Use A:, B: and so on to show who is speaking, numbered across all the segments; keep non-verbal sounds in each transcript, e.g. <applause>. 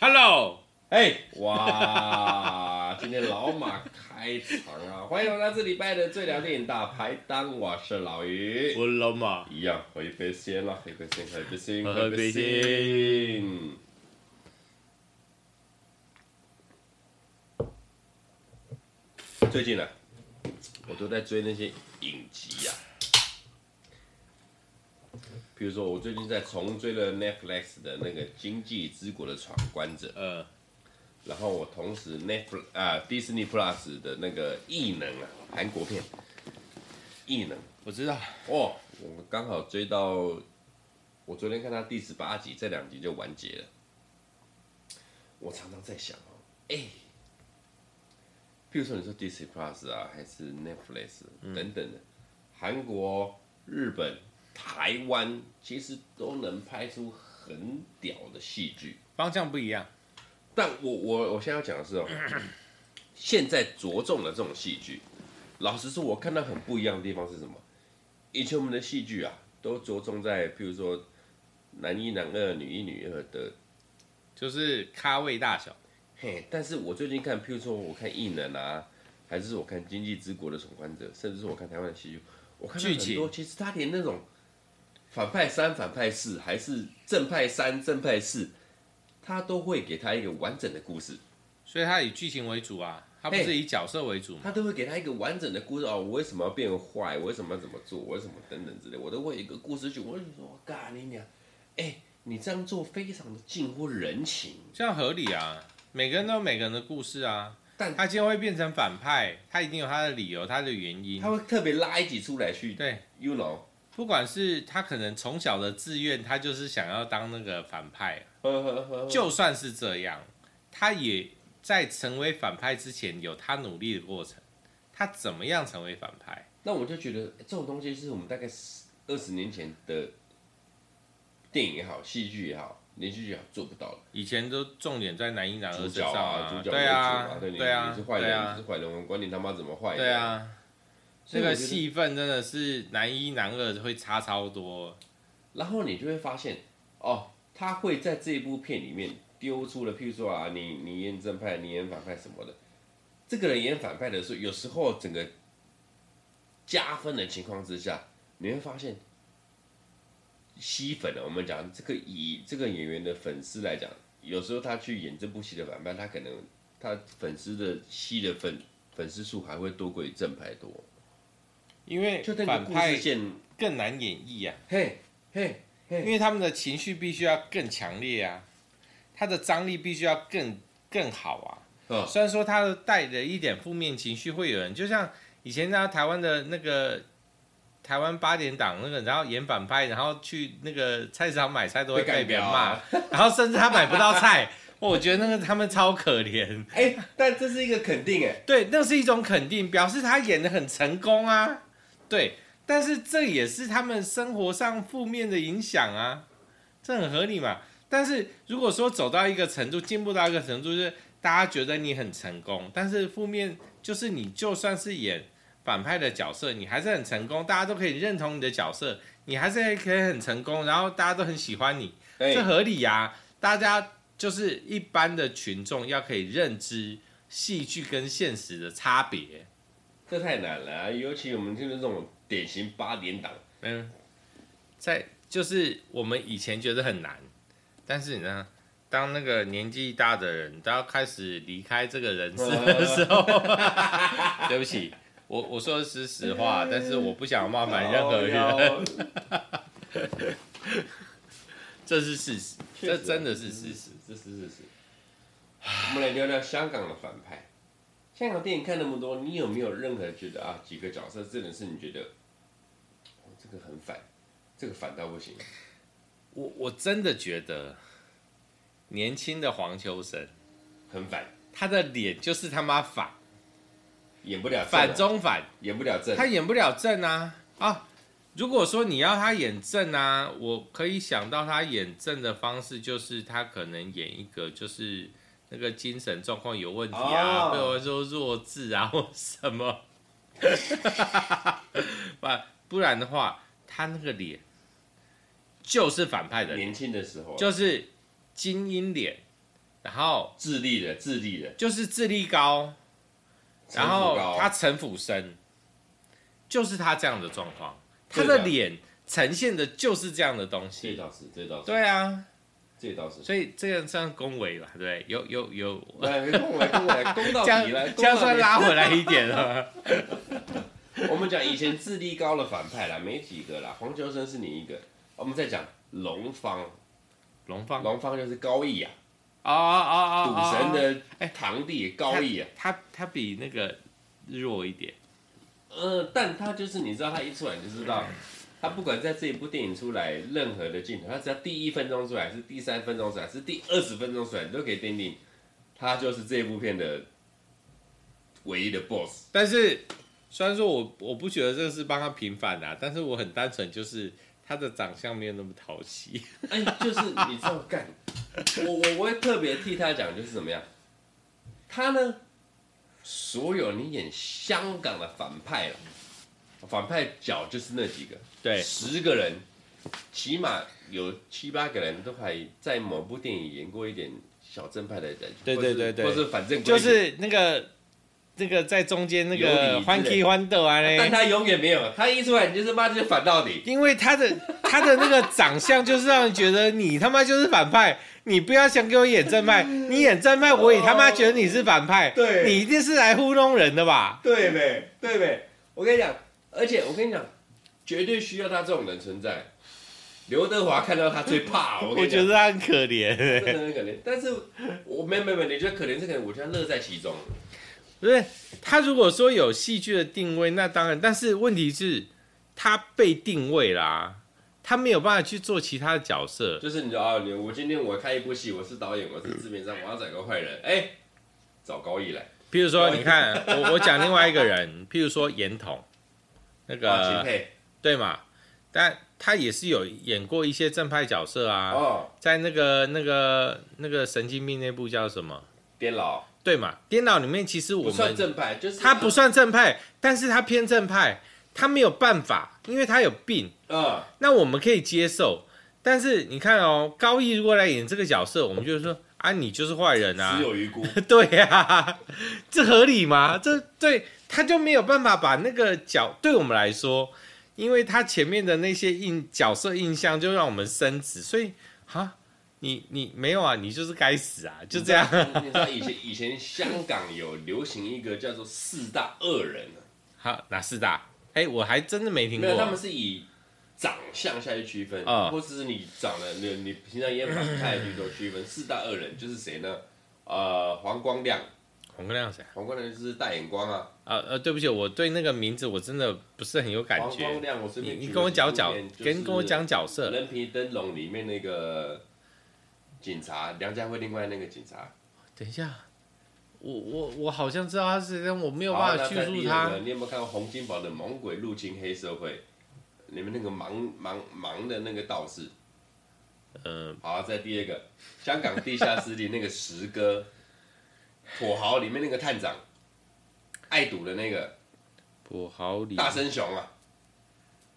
A: Hello，
B: 哎，哇，今天老马开场啊！ <laughs> 欢迎来到这礼拜的最聊电影大排档，我是老于。
A: 我老马，
B: 一样，喝一杯鲜啦，喝一杯鲜，喝一杯鲜，
A: 喝一杯鲜
B: 鲜。最近呢、啊我都在追那些影集啊，比如说我最近在重追了 Netflix 的那个《经济之国的闯关者》，
A: 呃，
B: 然后我同时 Netflix 啊 Disney Plus 的那个《异能》啊，韩国片《异能》。
A: 我知道，
B: 哦，我们刚好追到，我昨天看他第十八集，这两集就完结了。我常常在想哦，哎、譬如说你说 Disney Plus 啊，还是 Netflix
A: 嗯
B: 等等的，韩国、日本、台湾其实都能拍出很屌的戏剧。
A: 方向不一样，
B: 但我我我现在要讲的是
A: <coughs>
B: 哦，现在着重的这种戏剧，老实说，我看到很不一样的地方是什么？以前我们的戏剧啊，都着重在譬如说男一男二、女一女二的，
A: 就是咖位大小，
B: 嘿。但是我最近看，譬如说我看异能啊，还是我看《经济之国的闯关者》，甚至是我看台湾的戏剧，我看到
A: 剧
B: 很
A: 情
B: 多，其实他连那种反派三、反派四，还是正派三、正派四，他都会给他一个完整的故事。
A: 所以它以剧情为主啊，它不是
B: 嘿
A: 以角色为主嘛。
B: 他都会给他一个完整的故事哦，我为什么要变坏？我为什么要怎么做？我为什么等等之类，我都会有一个故事去。我就说，我干你娘！哎、你这样做非常的近乎人情。
A: 这样合理啊，每个人都有每个人的故事啊。
B: 但
A: 他今天会变成反派，他一定有他的理由，他的原因
B: 他。会特别拉一集出来去
A: 对，
B: ，you know，
A: 不管是他可能从小的志愿，他就是想要当那个反派，
B: 呵呵呵，
A: 就哦算是这样，他也在成为反派之前有他努力的过程。他怎么样成为反派？
B: 那我就觉得、这种东西是我们大概二十年前的电影也好，戏剧也好，连续剧也好做不到的。
A: 以前都重点在男一男二
B: 主
A: 身
B: 角
A: 上
B: 啊，主角为
A: 对
B: 主
A: 啊，
B: 对你
A: 对啊
B: 你是坏，
A: 对
B: 人，你
A: 啊
B: 是，坏人，我管你他妈怎么坏。
A: 对，啊。这
B: 所以我
A: 个
B: 觉得
A: 戏份真的是男一男二会差超多，
B: 然后你就会发现，哦，他会在这一部片里面丢出了，譬如说啊，你你演正派，你演反派什么的。这个人演反派的时候，有时候整个加分的情况之下，你会发现吸粉啊的，我们讲这个以这个演员的粉丝来讲，有时候他去演这部戏的反派，他可能他粉丝的戏的粉粉丝数还会多过于正派多，
A: 因为
B: 就那个
A: 反
B: 故事
A: 派
B: 线，
A: 更难演绎啊，
B: 嘿嘿，
A: 因为他们的情绪必须要更强烈啊，他的张力必须要更更好啊。
B: 嗯
A: 虽然说他带着一点负面情绪，会有人就像以前那台湾的那个台湾八点档那个，然后演反派，然后去那个菜市场买菜都会
B: 被干
A: 被别人
B: 掉
A: 骂
B: 啊，
A: 然后甚至他买不到菜， <laughs> 我觉得那个他们超可怜。
B: 哎、但这是一个肯定哎、
A: 对，那是一种肯定，表示他演的很成功啊。对，但是这也是他们生活上负面的影响啊，这很合理嘛。但是如果说走到一个程度，进步到一个程度，就是大家觉得你很成功，但是负面就是你就算是演反派的角色，你还是很成功，大家都可以认同你的角色，你还是可以很成功，然后大家都很喜欢你，
B: 哎、
A: 这合理呀、大家就是一般的群众要可以认知戏剧跟现实的差别。
B: 这太难了啊、尤其我们就是这种典型八点档，
A: 嗯，在就是我们以前觉得很难，但是呢，当那个年纪大的人，当要开始离开这个人世
B: 哦
A: 的时候， <laughs> 对不起，我我说的是实话，但是我不想冒犯任何人，
B: 哎哦，
A: 这是事实，这真的是事实。，
B: 啊嗯这是事实。我们来聊聊香港的反派。香港电影看那么多，你有没有任何觉得啊，几个角色真的是你觉得，哦、这个很反，这个反到不行？
A: 我我真的觉得，年轻的黄秋生。
B: 很反，
A: 他的脸就是他妈反
B: 演不了正啊
A: 反中反，
B: 演不了正。
A: 他演不了正啊啊！如果说你要他演正啊，我可以想到他演正的方式就是他可能演一个就是那个精神状况有问题
B: 哦
A: 啊，被我说弱智啊 <laughs> 或什么，不不然的话，他那个脸就是反派的脸，
B: 年轻的时候，啊
A: 就是精英脸，然后
B: 智利的智利的，
A: 就是智力高，然
B: 城府
A: 后
B: 高
A: 他城府深，就是他这样的状况，他
B: 对的
A: 的脸呈现的就是这样的东
B: 这
A: 西。
B: 倒是这倒是
A: 对啊，
B: 这倒是，哎
A: 所以这个算恭维吧，对不对？有有有，
B: 来攻来攻来攻到
A: 这样
B: 底来，
A: 这样
B: 攻到
A: 算
B: 底
A: 拉回来一点了。
B: <laughs> 我们讲以前智力高的反派啦，没几个啦，黄秋生是你一个。我们再讲龙方，
A: 龙方，哦
B: 龙方就是高义啊，
A: 哦哦哎
B: 赌
A: 哦，哦
B: 神的堂弟高义啊。
A: 他他比那个弱一点，
B: 呃，但他就是你知道，他一出来你就知道，他不管在这一部电影出来任何的镜头，他只要第一分钟出来，是第三分钟出来，是第二十分钟出来，你都可以奠定他就是这部片的唯一的 BOSS。
A: 但是虽然说我我不觉得这是帮他平反啊，但是我很单纯就是。他的长相没有那么讨喜，
B: 哎，就是你知道干，我我我会特别替他讲，就是怎么样，他呢，所有你演香港的反派了，反派角就是那几个，
A: <laughs> 对
B: 十个人，起码有七八个人都还在某部电影演过一点小正派的人，
A: 对
B: 或是
A: 对对对
B: 或是反正
A: 就是那个那个在中间那
B: 有
A: 个
B: 理之类
A: 欢 K 欢斗啊
B: 但
A: 嘞，
B: 他永远没有，他一出来你就是妈就反到底，
A: 因为他
B: <laughs>
A: 的他的那个长相就是让人觉得你他妈就是反派，你不要想给我演正派，你演正派我也他妈觉得你是反派，
B: 嗯对
A: 你一定是来糊弄人的吧？
B: 对呗，对呗。我跟你讲，而且我跟你讲，绝对需要他这种人存在。刘德华看到他最怕，
A: <laughs>
B: 我跟
A: 我
B: 你
A: 觉
B: 讲，
A: 得他很可
B: <laughs>
A: 怜，
B: 真的很可怜。但是我没没没，你觉得可怜是可怜，我觉得乐在其中。
A: 不是他如果说有戏剧的定位，那当然，但是问题是他被定位啦，他没有办法去做其他的角色，
B: 就是你知道啊，你我今天我看一部戏，我是导演，我是字面上我要找个坏人，哎，找高义来，
A: 譬如说，你看，我我讲另外一个人， <laughs> 譬如说严童，那
B: 啊，秦
A: 个
B: 沛，
A: 对嘛？但他也是有演过一些正派角色啊，
B: 哦，
A: 在那个那个那个神经病那部叫什么？
B: 颠老
A: 对嘛？颠倒里面其实
B: 不
A: 我
B: 算
A: 们
B: 正派，啊就是
A: 他不，算正派，但是他偏正派，他没有办法，因为他有病。
B: 嗯，
A: 那我们可以接受，但是你看哦，高义如果来演这个角色，我们就说啊，你就是坏人啊，
B: 死有余辜，
A: <laughs> 对呀、这合理吗？这对他就没有办法把那个角对我们来说，因为他前面的那些印角色印象就让我们升值，所以啊，你你没有啊，你就是该死啊，就这样。
B: 你知道以前以前香港有流行一个叫做四大恶人啊，
A: <laughs> 好，哪四大？哎，我还真的没听
B: 没有，他们
A: 过。
B: 是以长相下去区分，
A: 啊
B: 或者是你长得你你平常也反派去做区分。四大恶人就是谁呢？呃，黄光亮，
A: 黄光亮谁啊？
B: 黄光亮就是大眼光啊，
A: 呃呃，对不起，我对那个名字我真的不是很有感
B: 黄光
A: 觉。
B: 亮，我随
A: 你
B: 便
A: 你
B: 举
A: 跟我
B: 个
A: 讲
B: 几
A: 角
B: 部片，就是
A: 跟跟我讲角
B: 《
A: 色，
B: 人皮灯笼》里面那个警察梁家辉，另外那个警察，
A: 等一下，我我我好像知道他是谁，但我没有
B: 好
A: 办法
B: 那
A: 叙
B: 再
A: 述
B: 第
A: 他
B: 二。个你有没有看过洪金宝的《猛鬼入侵黑社会》？里面那个盲盲盲的那个道士。
A: 嗯，
B: 好，再第二个，香港地下势力那个石哥，土豪里面那个探长，爱赌的那个
A: 不好理。
B: 大森熊啊，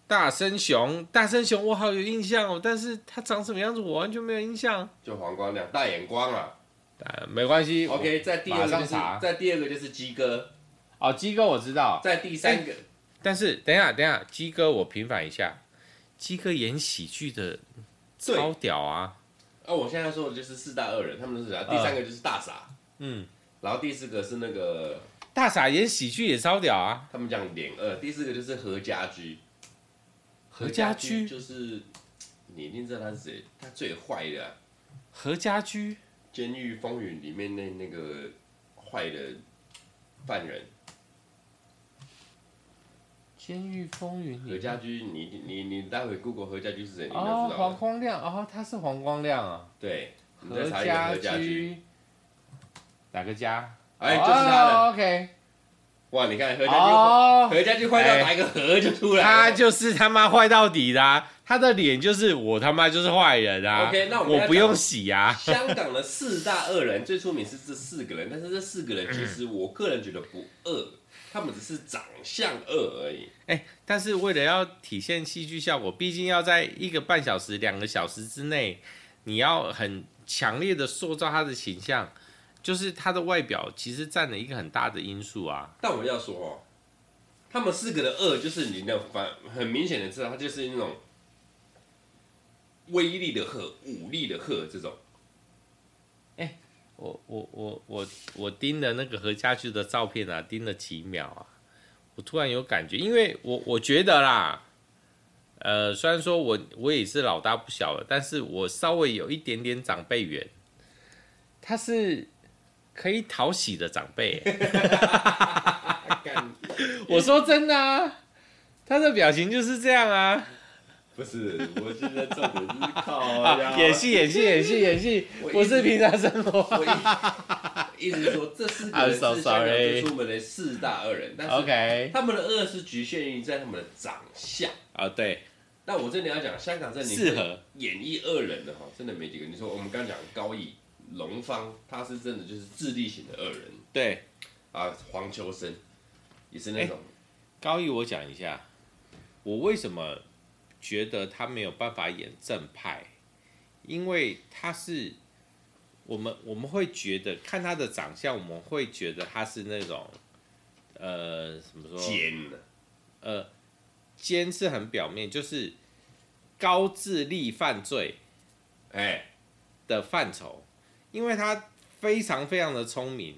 A: 大森熊，大森熊，我好有印象哦，但是他长什么样子我完全没有印象。
B: 就黄光亮，大眼光啊。
A: 啊，没关系
B: OK，再第二
A: 马
B: 个
A: 上
B: 就是
A: 查，
B: 再第二个就是鸡哥，
A: 哦，鸡哥我知道，
B: 再第三
A: 哎
B: 个，
A: 但是等一下，等一下，鸡哥我平反一下，鸡哥演喜剧的
B: 对，
A: 超屌啊，
B: 哦，我现在说的就是四大恶人，他们都是啥？第三个就是大傻，
A: 嗯，
B: 然后第四个是那个
A: 大傻演喜剧也超屌啊，
B: 他们讲脸恶，第四个就是何家驹，
A: 何家驹
B: 就是你一定知道他是谁，他最坏的啊、
A: 何家驹，
B: 《监狱风云》里面那那个坏的犯人
A: 《监狱风云》
B: 何
A: 里
B: 家驹，你你你待会 Google 何家驹是谁，你就知
A: 嗯哦，
B: 道
A: 黄
B: 了。
A: 光亮，哦，他是黄光亮啊，
B: 对，你再
A: 何
B: 查一下何家
A: 家
B: 驹，
A: 驹，哪个家？
B: 哎，就是他了。
A: 哦，OK，
B: 哇，你看何家驹，
A: 哦，
B: <laughs>
A: 哎
B: 何家驹坏到打一个何就出来
A: 他
B: 了。
A: 就是他妈坏到底的啊、他的脸就是我他妈就是坏人啊
B: OK，那我们
A: 我
B: 要
A: 不用
B: 讲
A: 洗啊，
B: 香港的四大恶人最出名是这四个人，但是这四个人其实我个人觉得不恶，他们只是长相恶而已。
A: 哎、但是为了要体现戏剧效果，毕竟要在一个半小时、两个小时之内，你要很强烈的塑造他的形象，就是他的外表其实占了一个很大的因素啊。
B: 但我要说哦，他们四个的恶就是你的反很明显的知道，他就是那种威力的鹤、武力的鹤这种。 <laughs>
A: 我我我我我盯了那个何家驹的照片啊，盯了几秒啊，我突然有感觉，因为我我觉得啦，呃，虽然说我我也是老大不小了，但是我稍微有一点点长辈缘，他是可以讨喜的长辈欸、
B: <laughs> 啊干
A: 我说真的啊，他的表情就是这样啊，
B: 不是，我现在重点就是靠
A: <laughs> 啊
B: 呀
A: 演戏演戏演戏演戏，
B: 我一
A: 不是平常生活。
B: 我一一直说这四个人
A: I'm so
B: 是香港
A: sorry
B: 最出名的四大恶人，但是 <laughs>
A: OK，
B: 他们的恶是局限于在他们的长相。
A: 啊对，
B: 那我真的要讲，香港这里
A: 适合
B: 演绎恶人的哈，真的没几个。你说我们刚讲高义、龙方，他是真的就是智力型的恶人
A: 对，
B: 啊，黄秋生也是
A: 哎
B: 那种，
A: 高毅我讲一下，我为什么觉得他没有办法演正派，因为他是我们我们会觉得看他的长相，我们会觉得他是那种呃怎
B: 嗯
A: 么说
B: 奸的，
A: 呃，奸是很表面，就是高智力犯罪
B: 哎，
A: 的范畴，因为他非常非常的聪明，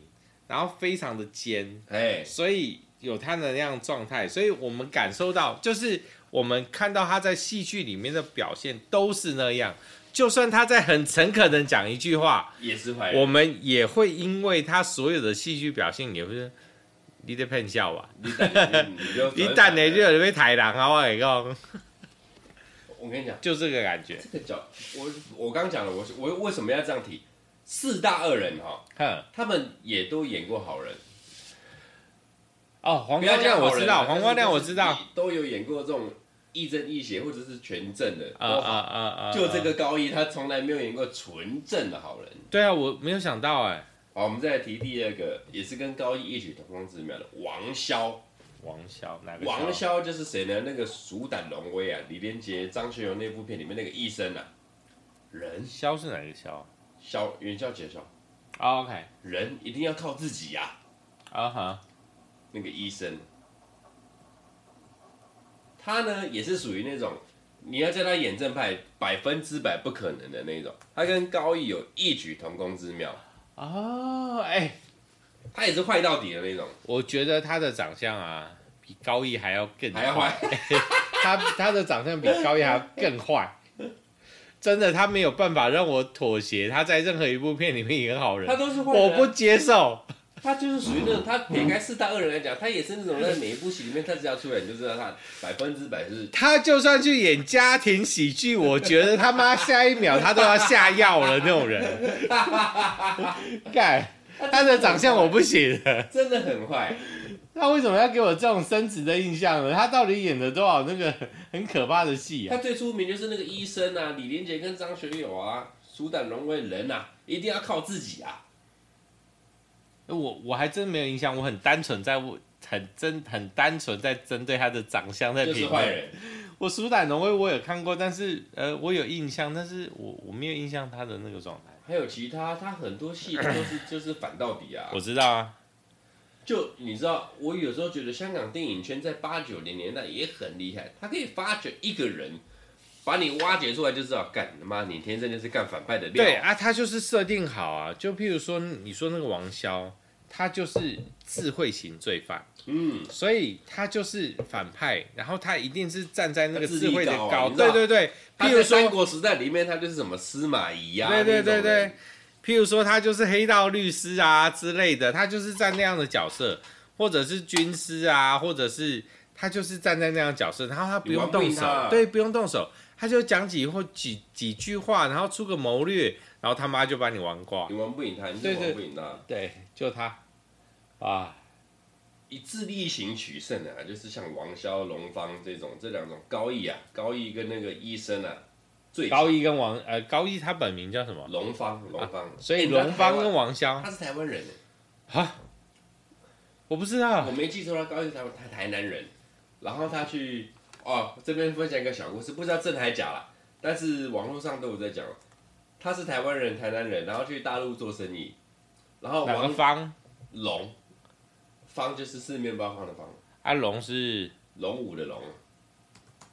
A: 然后非常的奸，
B: 哎，
A: 所以有他的那样状态，所以我们感受到，就是我们看到他在戏剧里面的表现都是那样，就算他在很诚恳的讲一句话，
B: 也是坏人。
A: 我们也会因为他所有的戏剧表现，也会说你在骗笑吧，
B: 你等
A: <laughs>
B: 你就哎
A: 你等下就会被抬狼啊，我跟你讲，
B: 我跟你讲。
A: 就这个感觉，
B: 这个角，我我刚讲了，我我为什么要这样提？四大恶人哈，
A: 哼。
B: 他们也都演过好人，
A: 哦，黄光
B: 不要
A: 亮
B: 讲
A: 我
B: 好
A: 知
B: 人啊
A: 道，黄光亮我知，
B: 但
A: 道
B: 是，就是都有演过这种亦正亦邪或者是全正的。
A: 啊啊啊啊！
B: 就这，个高一，他从来没有演过纯正的好人。
A: 对啊，我没有想到哎，
B: 好，我们再来提第二个，也是跟高一异曲同工之妙的王骁。
A: 王骁哪个？
B: 王，骁就是谁呢？那个鼠胆龙威啊，李连杰、张学友那部片里面那个医生啊，人
A: 骁是哪个骁
B: 肖元宵节肖，
A: 哦？OK，
B: 人一定要靠自己呀、
A: 啊哈，
B: 那个医生，他呢也是属于那种你要叫他演正派，百分之百不可能的那种。他跟高义有异曲同工之妙，
A: 哦，哎，
B: 他也是坏到底的那种，
A: 我觉得他的长相啊，比高毅还要更
B: 还要坏。
A: <laughs> 他他的长相比高毅还要更坏。真的，他没有办法让我妥协。他在任何一部片里面演好
B: 他
A: 人，
B: 都是坏
A: 我
B: 人啊、
A: 不接受。
B: 他就是属于那种，他撇开四大恶人来讲，他也是那种在每一部戏里面，他只要出演就知道他百分之百是
A: 他就算去演家庭喜剧，我觉得他妈下一秒他都要下药了那种人。
B: <laughs>
A: 干，他的长相我不行了。
B: 真的很坏。
A: 他为什么要给我这种深植的印象呢？他到底演了多少那个很可怕的戏
B: 他
A: 啊？
B: 最出名就是那个医生啊，李连杰跟张学友啊，鼠胆龙为人啊，一定要靠自己啊。
A: 我我还真没有印象，我很单纯在问。很真很单纯，在针对他的长相在
B: 就是
A: 评
B: 坏
A: 论。
B: 人，
A: 我《鼠胆龙威》我有看过，但是呃，我有印象，但是我我没有印象他的那个状态。
B: 还有其他，他很多戏都是就是反到底啊
A: 我。知道啊，
B: 就你知道，我有时候觉得香港电影圈在八九零年代也很厉害，他可以发掘一个人，把你挖掘出来就知道，干他妈你天生就是干反派的料。
A: 对啊，他就是设定好啊，就譬如说你说那个王骁，他就是智慧型罪犯，
B: 嗯，
A: 所以他就是反派，然后他一定是站在那个智慧的
B: 他智力高啊
A: 高，
B: 你知道
A: 对对对，
B: 他
A: 譬
B: 在
A: 如
B: 三
A: 说，
B: 国时代里面，他就是什么司马懿呀、
A: 对对
B: 那
A: 对
B: 种人
A: 对，譬如说他就是黑道律师啊之类的，他就是站那样的角色，或者是军师啊，或者是他就是站在那样的角色，然后他不
B: 你
A: 用
B: 玩不
A: 动
B: 赢
A: 手
B: 他，
A: 对，不用动手，他就讲几或几几句话，然后出个谋略，然后他妈就把你玩挂，
B: 你玩不赢他，你就
A: 对对
B: 玩不赢他。
A: 对，就他啊。
B: 以智力型取胜啊，就是像王骁、龙方这种这两种高义啊，高义跟那个医生啊，最
A: 高一跟王呃高一他本名叫什么？
B: 龙方龙方，
A: 所以
B: 哎你知道
A: 龙方
B: 台湾
A: 跟王骁
B: 他是台湾人欸，
A: 啊，我不知道
B: 我没记错他高义是台湾他台南人，然后他去哦这边分享一个小故事，不知道真的还假啦，但是网络上都有在讲，他是台湾人台南人，然后去大陆做生意，然后
A: 哪个
B: 王
A: 方
B: 龙方就是四面八方的方，
A: 啊龙是
B: 龙武的龙。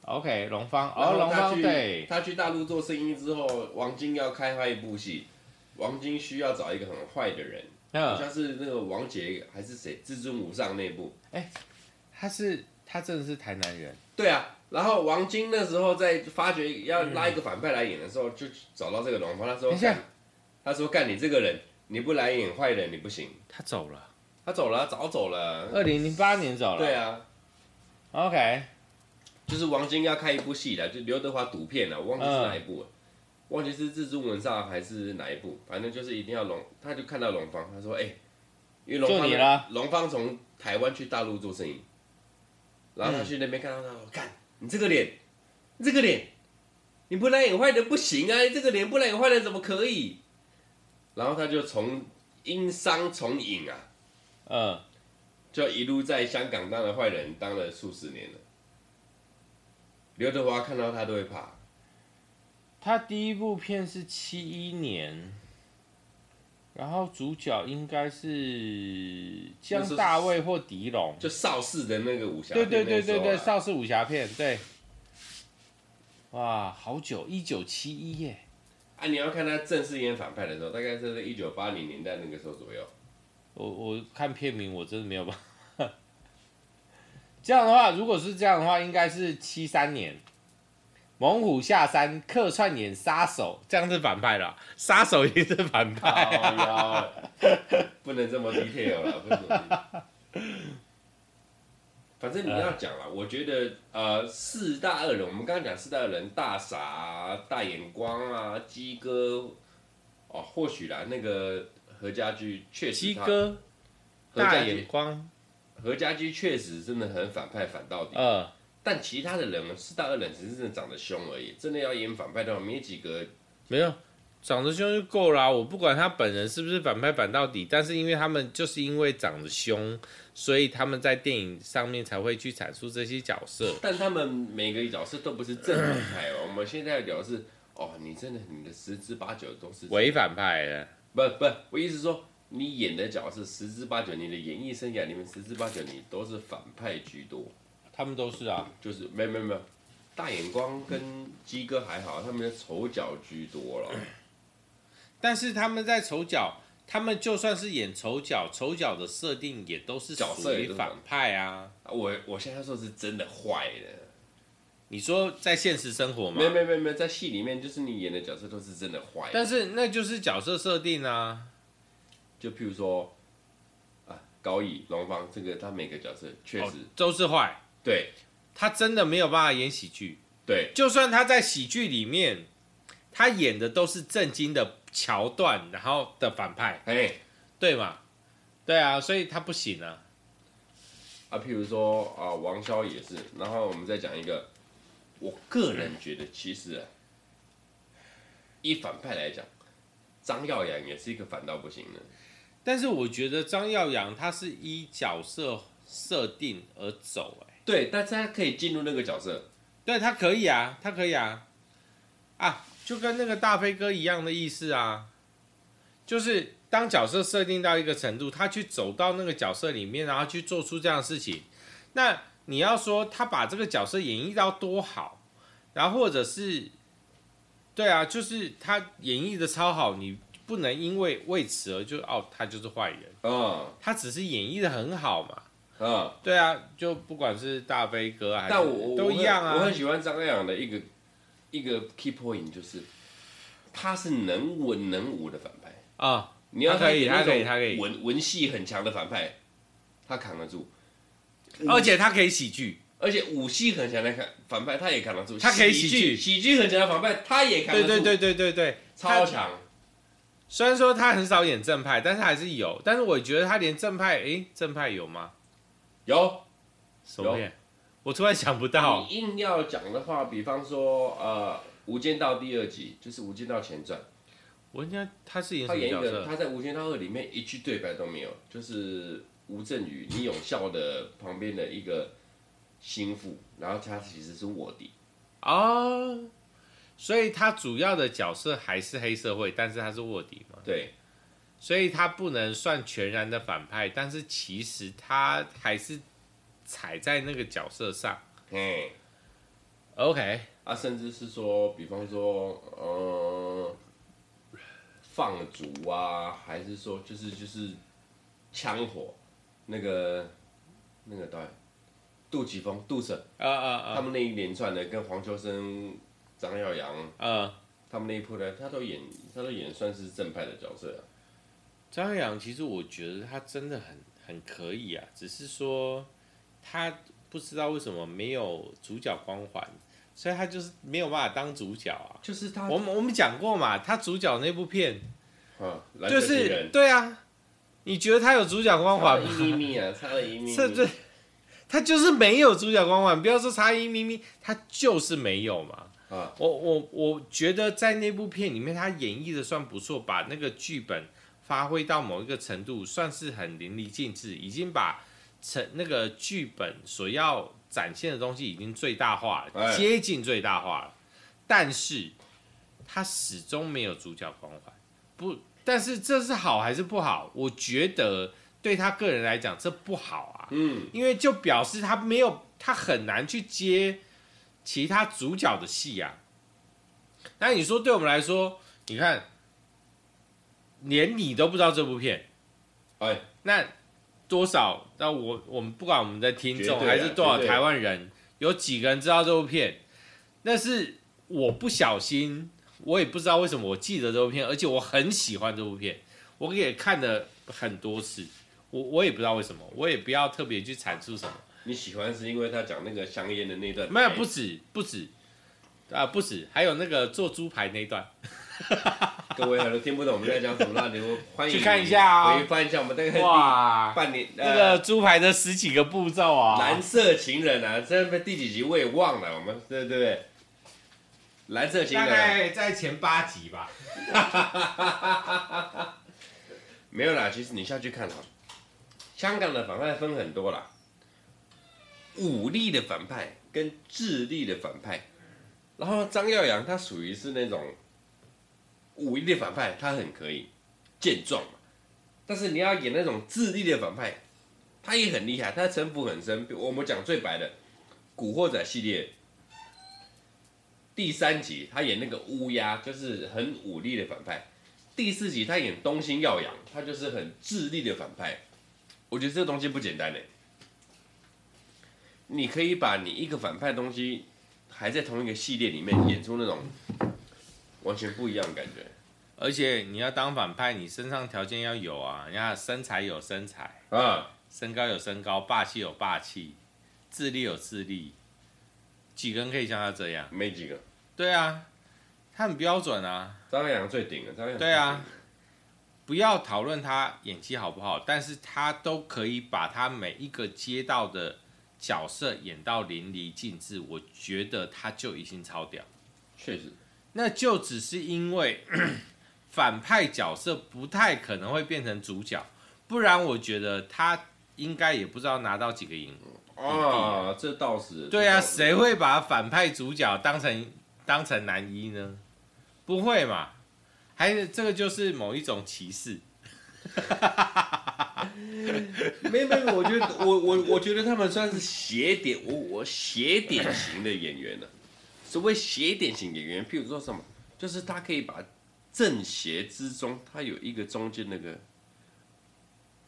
A: OK 龙方
B: 然
A: 哦
B: 后
A: 龙
B: 他
A: 方
B: 去
A: 对
B: 他去大陆做生意之后，王晶要开拍一部戏，王晶需要找一个很坏的人，好
A: 嗯
B: 像是那个王杰还是谁，《至尊无上》那部。
A: 他是他真的是台南人
B: 对啊，然后王晶那时候在发掘要拉一个反派来演的时候，就找到这个龙方，他说
A: 等一下
B: 干他说干你这个人，你不来演坏人你不行。
A: 他走了
B: 他走了，早走了。
A: 二零零八年呃走了
B: 对啊，
A: OK
B: 就是王晶要开一部戏了，就刘德华赌片了，啊我忘记是哪一部了，忘记是《至尊文上》还是哪一部，反正就是一定要龙，他就看到龙方，他说：“哎、因为龙
A: 就
B: 方
A: 你了
B: 龙方从台湾去大陆做生意，然后他去那边看到他说，看、你这个脸，你这个脸，你不来演坏人不行啊，你这个脸不来演坏人怎么可以？”然后他就从因伤从影啊，
A: 嗯
B: 就一路在香港当了坏人，当了数十年了。刘德华看到他都会怕，
A: 他第一部片是七一年，然后主角应该是
B: 那时
A: 江
B: 候
A: 大卫或狄龙，
B: 就邵氏的那个武侠
A: 对
B: 片那
A: 对
B: 时候啊、
A: 对对对，邵氏武侠片对。哇，好久，一九七一耶，
B: 啊，你要看他正式演反派的时候，大概是在一九八零年代那个时候左右。
A: 我我看片名我真的没有办法。这样的话，如果是这样的话，应该是七三年，《猛虎下山》客串演杀手，这样是反派了，杀手也是反派、
B: 哎呀，不能这么 detail 了，不能这么 detail。反正你要讲了，我觉得呃，四大恶人，我们刚刚讲四大恶人，大傻啊、大眼光啊、鸡哥，哦，或许啦，那个何家驹确实
A: 鸡
B: 他
A: 哥，
B: 何
A: 大
B: 家
A: 眼
B: 驹，
A: 光，
B: 何家驹确实真的很反派，反到底。
A: 呃，
B: 但其他的人，四大恶人只是真的长得凶而已，真的要演反派的话，没几个
A: 没有，长得凶就够啦、我不管他本人是不是反派反到底，但是因为他们就是因为长得凶，所以他们在电影上面才会去阐述这些角色。
B: 但他们每个角色都不是正反派
A: <clears throat>
B: 哦。我们现在聊的是，哦，你真的你的十之八九都是
A: 伪反派的，
B: 不不，我意思是说，你演的角色十之八九，你的演艺生涯里面十之八九你都是反派居多，
A: 他们都是啊，
B: 就是没有没有没有，大眼光跟鸡哥还好，他们的丑角居多了。
A: 但是他们在丑角，他们就算是演丑角，丑角的设定也都是
B: 角
A: 属
B: 色也
A: 于
B: 都是
A: 反派啊。
B: 啊我我现在说的是真的坏的，
A: 你说在现实生活嘛
B: 没，有没有没有没有，在戏里面就是你演的角色都是真的坏的。
A: 但是那就是角色设定啊。
B: 就譬如说啊，高义、龙方这个，他每个角色确
A: 哦
B: 实、
A: 都是坏，
B: 对
A: 他真的没有办法演喜剧。
B: 对
A: 就算他在喜剧里面，他演的都是震惊的桥段，然后的反派，
B: 哎
A: 对吗？对啊，所以他不行啊。
B: 啊，譬如说啊，王骁也是。然后我们再讲一个，我个人觉得其实啊，以反派来讲，张耀扬也是一个反到不行的。
A: 但是我觉得张耀扬他是依角色设定而走、哎，
B: 对，但是他可以进入那个角色，
A: 对他可以啊，他可以啊，啊，就跟那个大飞哥一样的意思啊，就是当角色设定到一个程度，他去走到那个角色里面，然后去做出这样的事情。那你要说他把这个角色演绎到多好，然后或者是，对啊，就是他演绎的超好，你不能因为为此而就哦，他就是坏人，
B: 嗯
A: 他只是演绎的很好嘛。
B: 嗯。
A: 对啊，就不管是大飞哥还是
B: 但我我
A: 哎都一样啊。
B: 我很我很喜欢张亮的一个一个 key point 就是，他是能文能武的反派。
A: 啊、
B: 你要
A: 他可以
B: 演那种
A: 他可以他可以
B: 文文戏很强的反派，他扛得住，嗯
A: 而且他可以喜剧，
B: 而且武戏很强的反反派他也扛得住，
A: 他可以喜
B: 喜
A: 剧
B: 喜剧很强的反派他也扛得
A: 对
B: 住，
A: 对对对对对。
B: 超强。
A: 虽哎然说他很少演正派，但是还是有。但是我觉得他连正派，诶，正派有吗？
B: 有，
A: 手链，我突然想不到
B: 你硬要讲的话，比方说呃，《无间道》第二集就是《无间道前传》，
A: 我应该他是演
B: 他
A: 什么
B: 演一
A: 角
B: 个
A: 色？
B: 他在《无间道二》里面一句对白都没有，就是吴镇宇、李永孝的旁边的一个心腹，然后他其实是卧底。
A: 哦，所以他主要的角色还是黑社会，但是他是卧底嘛，
B: 对，
A: 所以他不能算全然的反派，但是其实他还是踩在那个角色上。
B: 嘿，
A: OK，
B: 啊，甚至是说，比方说，呃，放逐啊，还是说，就是就是枪火，那个那个导演杜琪峰、杜婶，
A: 啊
B: 他
A: 啊
B: 们那一连串的跟黄秋生、张耀扬
A: 啊啊！
B: 他们那一部呢，他都演他都演算是正派的角色、啊，
A: 张扬其实我觉得他真的很很可以啊，只是说他不知道为什么没有主角光环，所以他就是没有办法当主角啊。
B: 就是他
A: 我们我们讲过嘛，他主角那部片
B: 啊，蓝
A: 就
B: 色情
A: 是
B: 人
A: 对啊，你觉得他有主角光
B: 差
A: 环
B: 了
A: 吗？
B: 一咪咪啊，差了一咪
A: <laughs>
B: 咪，
A: 这这，他就是没有主角光环。不要说差一咪咪，他就是没有嘛。
B: 啊，
A: 我我我觉得在那部片里面，他演绎的算不错，把那个剧本发挥到某一个程度，算是很淋漓尽致，已经把成那个剧本所要展现的东西已经最大化了，
B: 哎
A: 接近最大化了。但是，他始终没有主角光环。不，但是这是好还是不好？我觉得对他个人来讲，这不好啊。
B: 嗯，
A: 因为就表示他没有，他很难去接其他主角的戏啊。那你说对我们来说，你看，连你都不知道这部片，
B: 哎，
A: 那多少？那我我们不管我们的听众、
B: 绝对啊
A: 还是多少
B: 绝对
A: 台湾人，有几个人知道这部片？那是我不小心，我也不知道为什么我记得这部片，而且我很喜欢这部片，我也看了很多次。我我也不知道为什么，我也不要特别去阐述什么。
B: 你喜欢是因为他讲那个香烟的那段，
A: 没有，不止不止啊、不止，还有那个做猪排那一段，
B: 各位可能听不懂我们在讲什么，那
A: <laughs>
B: 你们欢迎
A: 去看一下啊
B: 回翻一下我们大概
A: 哇，
B: 半年
A: <laughs> 那
B: 呃
A: 个猪排的十几个步骤啊，
B: <laughs> 蓝色情人啊，这第几集我也忘了，我们对对对，蓝色情
A: 大
B: 人啊
A: 概在前八集吧。
B: 没有啦，其实你下去看哈，啊香港的反派分很多啦，武力的反派跟智力的反派，然后张耀扬他属于是那种武力的反派，他很可以健壮嘛，但是你要演那种智力的反派，他也很厉害，他城府很深。我们讲最白的《古惑仔》系列第三集，他演那个乌鸦，就是很武力的反派。第四集他演东星耀阳，他就是很智力的反派。我觉得这个东西不简单嘞。欸你可以把你一个反派的东西，还在同一个系列里面演出那种完全不一样的感觉。
A: 而且你要当反派，你身上条件要有啊，你看身材有身材，
B: 啊，
A: 身高有身高，霸气有霸气，智力有智力，几个人可以像他这样？
B: 没几个。
A: 对啊，他很标准啊。
B: 张耀扬最顶了，张耀扬
A: 对啊，不要讨论他演技好不好，但是他都可以把他每一个接到的角色演到淋漓尽致，我觉得他就已经超屌。
B: 确实
A: 那就只是因为 <clears throat> 反派角色不太可能会变成主角，不然我觉得他应该也不知道拿到几个银。
B: 啊，这倒是
A: 对啊，
B: 这倒是
A: 谁会把反派主角当成当成男一呢？不会嘛？还是这个就是某一种歧视。
B: <laughs> 没有没有，我觉得我我我觉得他们算是斜点，我我斜点型的演员呢、所谓斜点型演员，譬如说什么，就是他可以把正邪之中，他有一个中间那个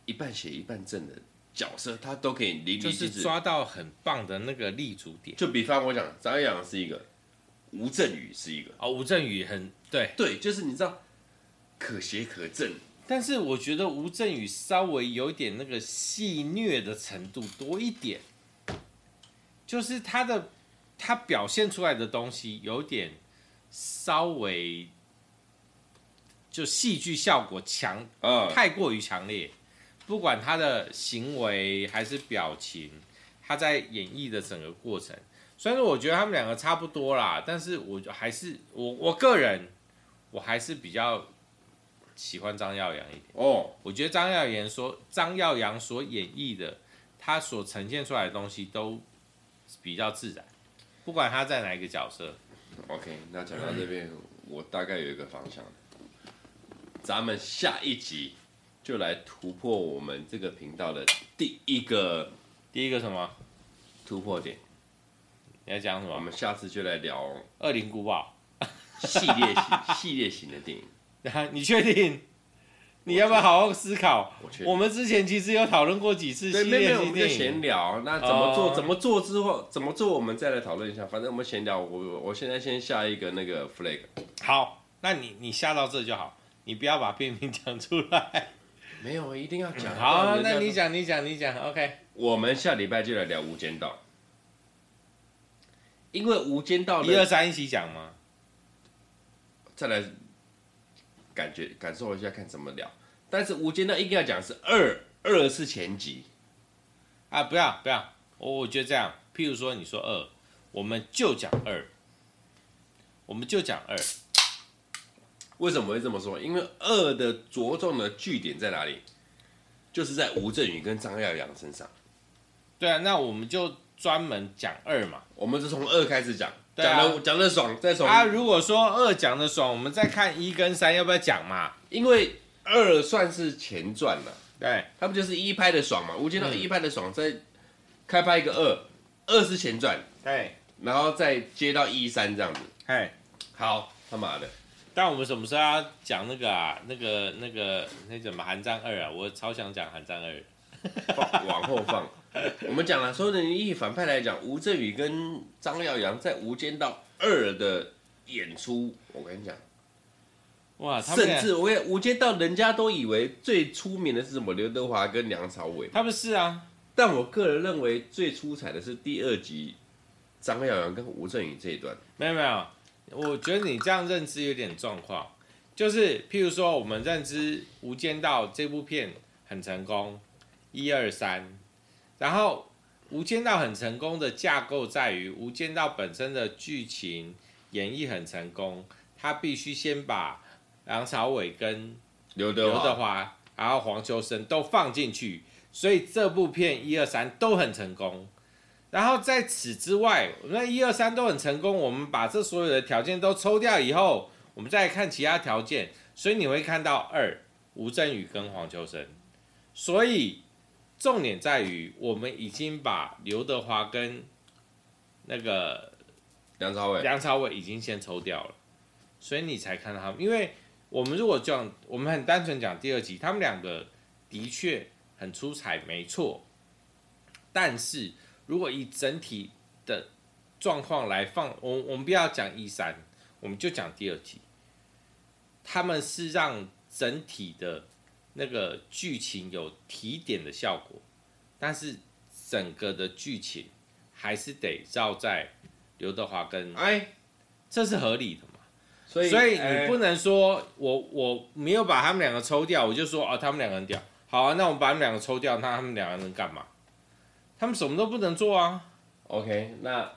B: 一半邪一半正的角色，他都可以淋
A: 就
B: 漓
A: 是
B: 尽致。
A: 抓到很棒的那个立足点。
B: 就比方我讲，张耀扬是一个，吴镇宇是一个，
A: 哦，吴镇宇很对，
B: 对，就是你知道可邪可正，
A: 但是我觉得吴镇宇稍微有一点那个戏虐的程度多一点，就是他的他表现出来的东西有点稍微就戏剧效果强
B: 啊
A: 太过于强烈，不管他的行为还是表情，他在演绎的整个过程，虽然说我觉得他们两个差不多啦，但是我就还是我我个人我还是比较喜欢张耀扬一点。
B: 哦，
A: 我觉得张耀扬说张耀扬所演绎的，他所呈现出来的东西都比较自然，不管他在哪一个角色。
B: OK，那讲到这边，我大概有一个方向。咱们下一集就来突破我们这个频道的第一个
A: 第一个什么？
B: 突破点。
A: 你要讲什
B: 我
A: 么？
B: 们下次就来聊
A: 恶灵古堡？ <laughs>
B: 系列型系列型的电影。
A: 你确定？你要不要好好思考？
B: 我确定
A: 我们之前其实有讨论过几次系
B: 对，没有没
A: 列
B: 有，我
A: 性
B: 们就
A: 电影
B: 闲，聊。那怎么做？
A: 哦
B: 怎么做之后怎么做？我们再来讨论一下。反正我们闲聊，我我现在先下一个那个 flag。
A: 好，那你你下到这就好，你不要把片名讲出
B: <laughs>
A: 来。
B: 没有，一定要讲。
A: 嗯好，
B: 人家
A: 那
B: 说
A: 你讲，你讲，你讲，OK。
B: 我们下礼拜就来聊《无间道》，因为《无间道》
A: 一二
B: 的
A: 三一起讲吗？
B: 再来感觉感受一下看怎么聊。但是《无间道》应该要讲是二，二是前集，
A: 啊，不要不要，我我觉得这样，譬如说你说二，我们就讲二，我们就讲二，
B: 为什么会这么说？因为二的着重的据点在哪里？就是在吴镇宇跟张耀扬身上。
A: 对啊，那我们就专门讲二嘛。
B: 我们就从二开始讲，
A: 对
B: 讲
A: 啊
B: 的讲的爽，再从
A: 啊，如果说二讲的爽，我们再看一跟三要不要讲嘛？
B: 因为二算是前传了。
A: 对，
B: 他们就是一拍的爽嘛，《无间道》
A: 嗯
B: 一拍的爽，再开拍一个二，二是前传，
A: 对，
B: 然后再接到一三这样子。
A: 哎，
B: 好，他妈的，
A: 但我们什么时候要讲那个啊？那个那个那怎么寒战二啊？我超想讲寒战二的，
B: 放 <laughs> 往后放。我们讲了，说的以反派来讲，吴镇宇跟张耀扬在《无间道二》的演出，我跟你讲，
A: 哇，他们
B: 甚
A: 俩
B: 至我跟你讲《无间道》，人家都以为最出名的是什么？刘德华跟梁朝伟，
A: 他们是啊，
B: 但我个人认为最出彩的是第二集张耀扬跟吴镇宇这一段。
A: 没有没有，我觉得你这样认知有点状况，就是譬如说我们认知《无间道》这部片很成功，一二三，然后《无间道》很成功的架构在于《无间道》本身的剧情演绎很成功，他必须先把梁朝伟跟
B: 刘德
A: 刘
B: 华，
A: 德华，然后黄秋生都放进去，所以这部片一二三都很成功。然后在此之外，我们一二三都很成功，我们把这所有的条件都抽掉以后，我们再来看其他条件，所以你会看到二吴镇宇跟黄秋生。所以重点在于，我们已经把刘德华跟那个
B: 梁朝伟，
A: 梁朝伟已经先抽掉了，所以你才看到他们。因为我们如果讲，我们很单纯讲第二集，他们两个的确很出彩，没错。但是如果以整体的状况来放，我我们不要讲一三，我们就讲第二集，他们是让整体的那个剧情有提点的效果，但是整个的剧情还是得绕在刘德华跟
B: 哎，
A: 这是合理的嘛？
B: 所以
A: 所以
B: 哎
A: 你不能说我我没有把他们两个抽掉，我就说哦，他们两个人屌。好啊，那我们把他们两个抽掉，那他们两个人干嘛？他们什么都不能做啊！
B: OK，那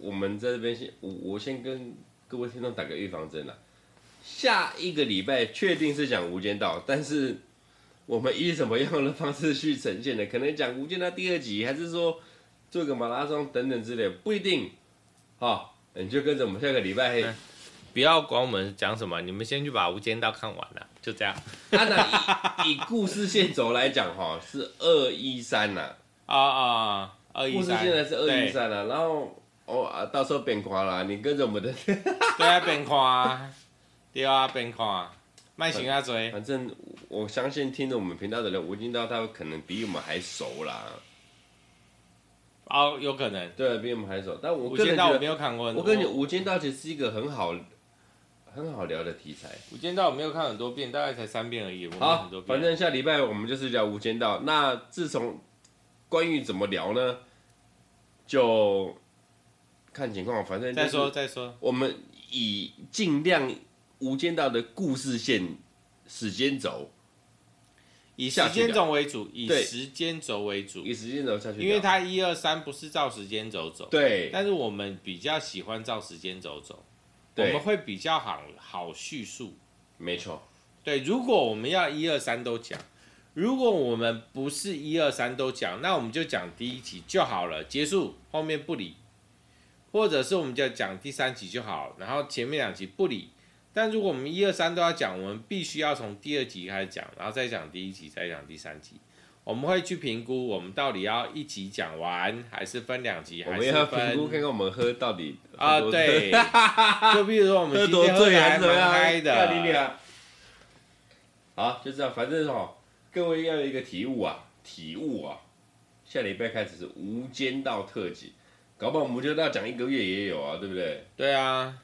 B: 我们在这边先，我我先跟各位听众打个预防针啦。啊下一个礼拜确定是讲《无间道》，但是我们以什么样的方式去呈现呢？可能讲《无间道》第二集，还是说做个马拉松等等之类，不一定。好、你就跟着我们下个礼拜。
A: 嗯不要管我们讲什么，你们先去把《无间道》看完了、啊就这样
B: 按照、啊以以故事线轴来讲，哈，是二一三呐。
A: 啊啊！二一
B: 故事
A: 三，
B: 线在是二一
A: 对
B: 三啦，然后哦啊，到时候变垮啦，你跟着我们的。
A: 对啊，边看啊，对啊，边看啊，卖行啊追，
B: 反正我相信听着我们频道的人，吴京道他可能比我们还熟啦，
A: 哦，有可能。
B: 对，比我们还熟。但我
A: 《无
B: 个
A: 间
B: 人
A: 道》我
B: 觉
A: 没
B: 得，
A: 有看过很
B: 我
A: 多，
B: 跟你讲，吴京道其实是一个很好、很好聊的题材。
A: 《无间道》我没有看很多遍，大概才三遍而已，我没有
B: 好
A: 很多，遍。
B: 反正下礼拜我们就是聊《无间道》。那自从关于怎么聊呢，就看情况，反正就是
A: 再说再说，
B: 我们以尽量《无间道》的故事线时间轴
A: 以时
B: 下去
A: 间
B: 聊
A: 轴为主，以
B: 对
A: 时间轴为主，
B: 以时间轴下去聊，
A: 因为它一二三不是照时间轴走，
B: 对
A: 但是我们比较喜欢照时间轴走，我
B: 对
A: 们，会比较好好叙述。
B: 没错，
A: 对，如果我们要一二三都讲，如果我们不是一二三都讲，那我们就讲第一集就好了，结束，后面不理，或者是我们就讲第三集就好，然后前面两集不理。但如果我们一二三都要讲，我们必须要从第二集开始讲，然后再讲第一集，再讲第三集。我们会去评估我们到底要一集讲完，还是分两集，
B: 我
A: 还
B: 们
A: 是
B: 要评估
A: 分
B: 看看我们喝到底
A: 啊？
B: <laughs> 喝多
A: 对，就比如说我们
B: 喝
A: 今
B: 多
A: 天喝
B: 醉
A: 的
B: 还
A: 还
B: 是怎么
A: 蛮
B: 样？
A: 嗨
B: <laughs> 干你
A: 的，
B: 俩好，就这样，反正哦，各位要有一个体悟啊，体悟啊，下礼拜开始是《无间道》特辑，搞不好我们就要讲一个月也有啊，对不对？
A: 对啊，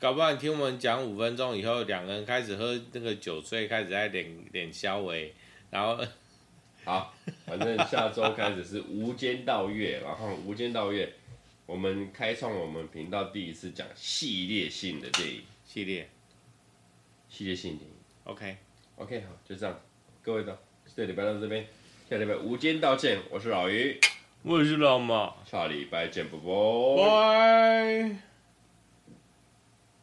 A: 搞不好你听我们讲五分钟以后，两个人开始喝那个酒醉，开始在脸脸消微，然后
B: 好，反正下周开始是《无间道月》，然后《无间道月》，我们开创我们频道第一次讲系列性的电影，
A: 系列
B: 系列性电影。
A: OK，
B: OK，好，就这样，各位的这礼拜到这边，下礼拜《无间道》见，我是老于，
A: 我也是老马，
B: 下礼拜见，啵啵。
A: 拜。